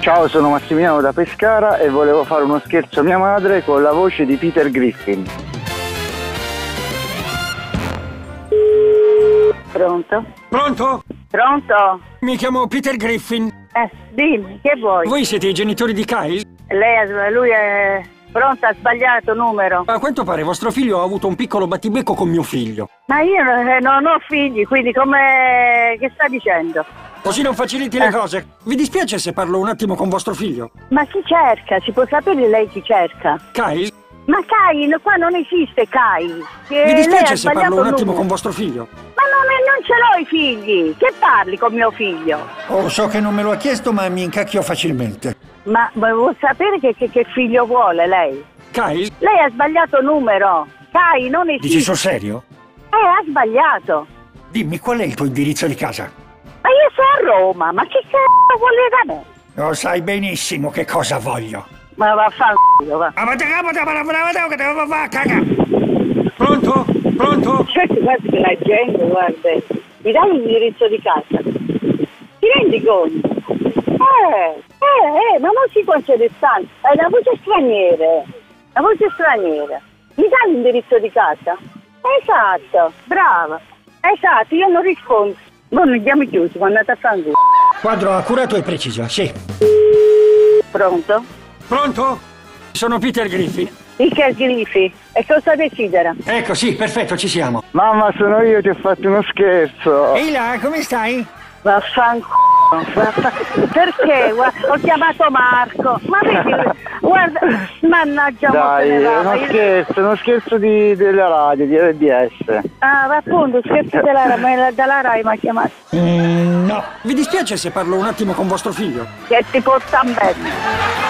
Ciao, sono Massimiliano da Pescara e volevo fare uno scherzo a mia madre con la voce di Peter Griffin. Pronto? Pronto? Pronto? Mi chiamo Peter Griffin. Eh, dimmi, che vuoi? Voi siete i genitori di Kyle? Lei, ha- lui è pronto, ha sbagliato numero. A quanto pare vostro figlio ha avuto un piccolo battibecco con mio figlio. Ma io eh, non ho figli, quindi come... che sta dicendo? Così non faciliti le Eh. cose. Vi dispiace se parlo un attimo con vostro figlio? Ma chi cerca? Si può sapere lei chi cerca? Kyle? Ma Kai, no, qua non esiste Kai. Che Mi Eh, lei ha dispiace se sbagliato parlo un attimo numero. con vostro figlio? Ma non, non ce l'ho i figli! Che parli con mio figlio? Oh, so che non me lo ha chiesto, ma mi incacchio facilmente. Ma, ma vuol sapere che, che- che figlio vuole lei? Kyle? Lei ha sbagliato numero. Kai, non Dici esiste. sul serio? Eh, ha sbagliato. Dimmi, qual è il tuo indirizzo di casa? Ma io sono a Roma, ma che c***o vuole da me? Lo Oh, sai benissimo che cosa voglio. Ma vaffanculo, va. Pronto? Pronto? Certo, guarda che la gente, guarda, mi dai l'indirizzo di casa. Ti rendi conto? Eh, eh, eh, ma non si può essere stanco. È una voce straniera, una voce straniera. Mi dai l'indirizzo di casa? Esatto, brava. Esatto, io non rispondo. Voi non abbiamo chiuso, ma andate a fanculo. Quadro accurato e preciso, sì. Pronto? Pronto? Sono Peter Griffin. Michel Griffi, e cosa desidera? Ecco, sì, perfetto, ci siamo. Mamma, sono io, ti ho fatto uno scherzo. Ehi là, come stai? Vaffanculo, vaffanculo. perché? Guarda, ho chiamato Marco. Ma vedi, guarda, mannaggia, mo se Dai, ne va. uno Io- scherzo, uno scherzo di- della radio, di RDS. Ah, ma appunto, scherzo della, Rai, ma la- dalla Rai mi ha chiamato. Mm, no. Vi dispiace se parlo un attimo con vostro figlio? Che ti porta a bene.